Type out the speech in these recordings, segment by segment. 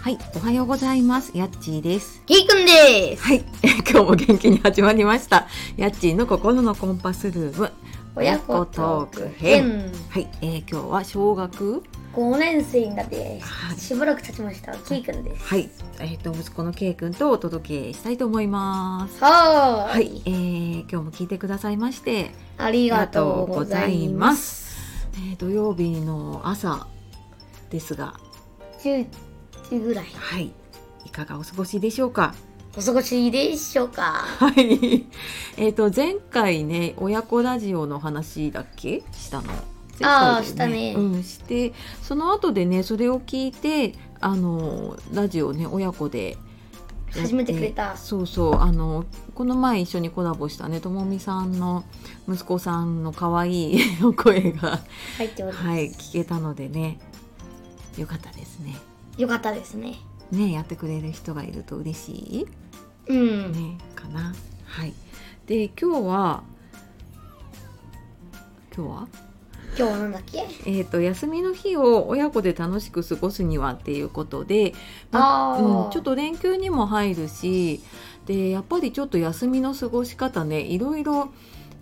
はい、おはようございます。やっちーです。ゲイくんです。はい、 今日も元気に始まりました。やっちーの心のコンパスルーム。親子トーク編。はい、えー今日は小学5年生になってはいしばらく経ちました。ゲイくんです。はい、えっ、と息子のけいくんとお届けしたいと思います。はー,、はいい、えー今日も聞いてくださいましてあありりがとうございます。す。えー土曜日の朝ですが、 10時ぐらい。はい、いかがお過ごしでしょうか。お過ごしでしょうか。はい。 えっ、と前回ね親子ラジオの話だっけしたの。前あー回だよねしたねうんしてその後でねそれを聞いてあのラジオね親子で。始めてくれたそうそうあのこの前一緒にコラボしたねともみさんの息子さんの可愛い お声が入っております。はい聞けたのでねよかったですねよかったですね。ねやってくれる人がいると嬉しいうん。ねかなはいで今日は今日は今日はなんだっけえっ、と休みの日を親子で楽しく過ごすにはっていうことで、あーうん、ちょっと連休にも入るしでやっぱりちょっと休みの過ごし方ねいろいろ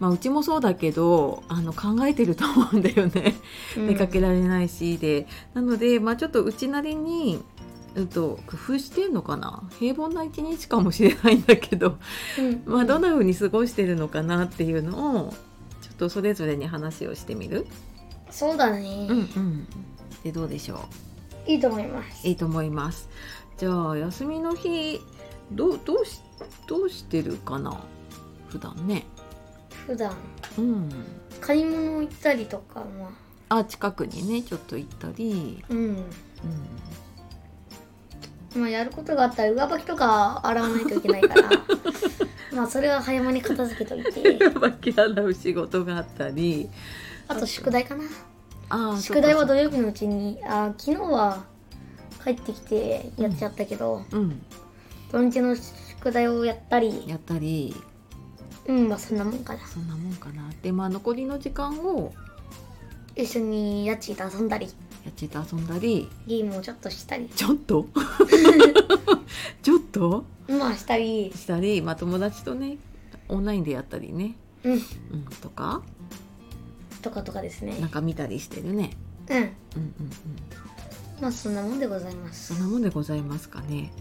まあ、うちもそうだけどあの考えてると思うんだよね。うん出かけられないしでなので、まあ、ちょっとうちなりに、うん、と工夫してんのかな平凡な一日かもしれないんだけどうんまあ、どんな風に過ごしてるのかなっていうのをちょっとそれぞれに話をしてみる、そうだね、ん、でどうでしょいいと思いますう。いいと思いますじゃあ休みの日どうどうしどうしてるかな普段ね普段うん買い物行ったりとかまああ近くにねちょっと行ったり、うん。うまあやることがあったら上履きとか洗わないといけない からまあそれは早めに片付けとい てん、わき洗う仕事があったりあと宿題かなあー宿題はそっか土曜日のうちにあ昨日は帰ってきてやっちゃったけど、そっかうん土日の宿題をやったりやったりうんまあそんなもんかなそんなもんかなでまあ残りの時間を一緒にやっちーと遊んだりやっちと遊んだりゲームをちょっとしたりちょっ とちょっとまあしたりしたり、まあ、友達とねオンラインでやったりね、うんうん、とかとかとかですねなんか見たりしてるね。うんうんうんうん、まあそんなもんでございまそすんなもんでございますか ね。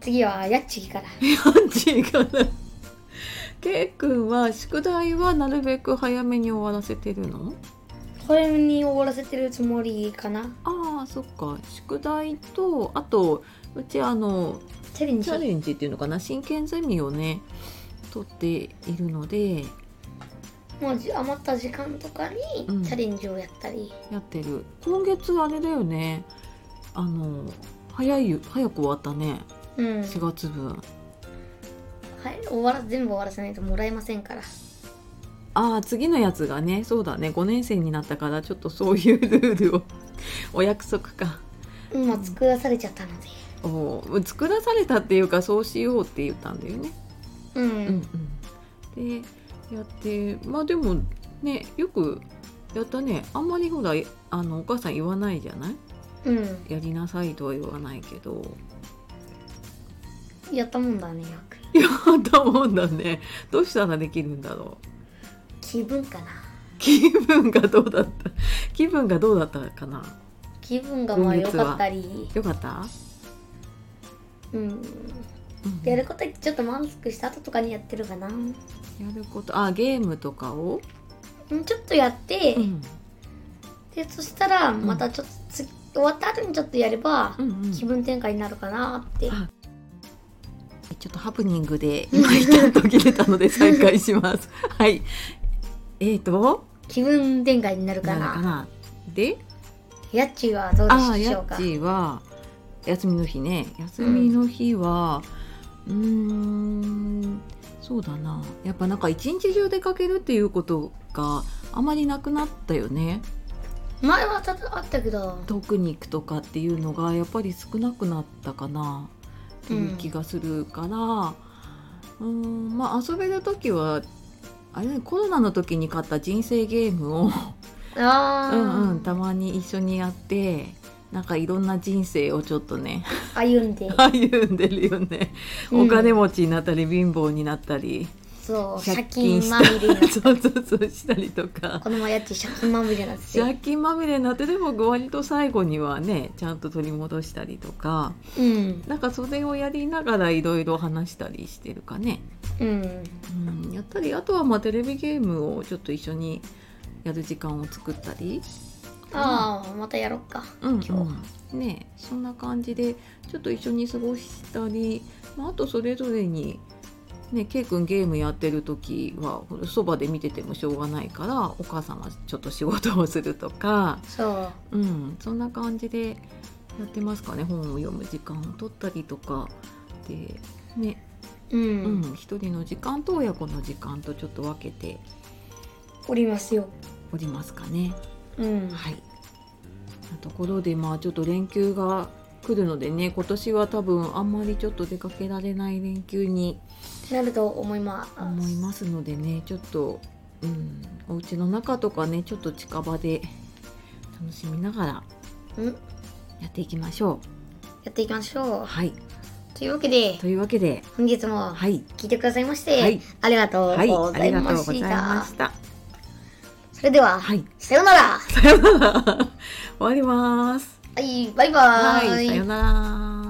次はやっちーからパンチーかな。けいくんは宿題はなるべく早めに終わらせてるの早めに終わらせてるつもりかなああそっか宿題とあとうちあのチャレンジチャレンジっていうのかな真剣ゼミをね取っているのでもうじ余った時間とかにうんチャレンジをやったり、やってる今月あれだよねあの早いよ早く終わったねうん4月分はい、終わら全部終わらせないともらえませんからああ次のやつがねそうだね5年生になったからちょっとそういうルールを お約束か今作らされちゃったのでおー作らされたっていうかそうしようって言ったんだよねうん、うんうん、でやってまあでもねよくやったねあんまりほらあのお母さん言わないじゃないうん、やりなさいとは言わないけど やったもんだねよくいやだもんだねどうしたらできるんだろう気分かな気分がどうだった気分がどうだったかな気分がまあ今良月はかったり、よかった、うん、うんやることちょっと満足した後とかにやってるかな、うん、やることあゲームとかを、ちょっとやって、うんでそしたらんまたちょっと次終わった後にちょっとやればうんうん、気分転換になるかなって、あちょっとハプニングで今一旦途切れたので再開し ます。はい。えーと、気分転換になるかななるかな。で、やっちーはどうあーでしょやうっかちーは休みの日ね。休みの日は、うーん、そうだな。やっぱなんか一日中出かけるっていうことがあまりなくなったよね。前はたあったけど遠くに行くとかっていうのがやっぱり少なくなったかなっていう気がするから、うん、んまあ遊べる時はあれ、ね、コロナの時に買った人生ゲームを、あうあんうん、たまに一緒にやってなんかいろんな人生をちょっとね 歩んで歩んでるよね、うおん金持ちになったり貧乏になったりそう借借金金しまみれになったてそうそうそうしたりと かこの前やっち借金まみれになって借て金まみれになってでも割と最後にはねちゃんと取り戻したりとかうんなんかそれをやりながらいろいろ話したりしてるかね、うんうん、やったりあとはまあテレビゲームをちょっと一緒にやる時間を作ったり、ああまたやろっかうん今日うんねそんな感じでちょっと一緒に過ごしたり、まあ、あとそれぞれに。ね、ケイ君ゲームやってる時はそばで見ててもしょうがないからお母さんはちょっと仕事をするとか、そううん、そんな感じでやってますかね本を読む時間を取ったりとかで、ねう、うんん、一人の時間と親子の時間とちょっと分けておりますよおりますかね。うんはいなところでまあちょっと連休が来るのでね今年は多分あんまりちょっと出かけられない連休になると思います思いますのでねちょっと、うん、お家の中とかねちょっと近場で楽しみながらうんやっていきましょやっていきましょう。はい、うというわけでというわけで本日もはい。聞いてくださいまして、はいありがとうはい、ごあざいりがまとうござしいた、ました。それでは、はい、さようならはさよなら。終わります。いバイバーはい、さよなら。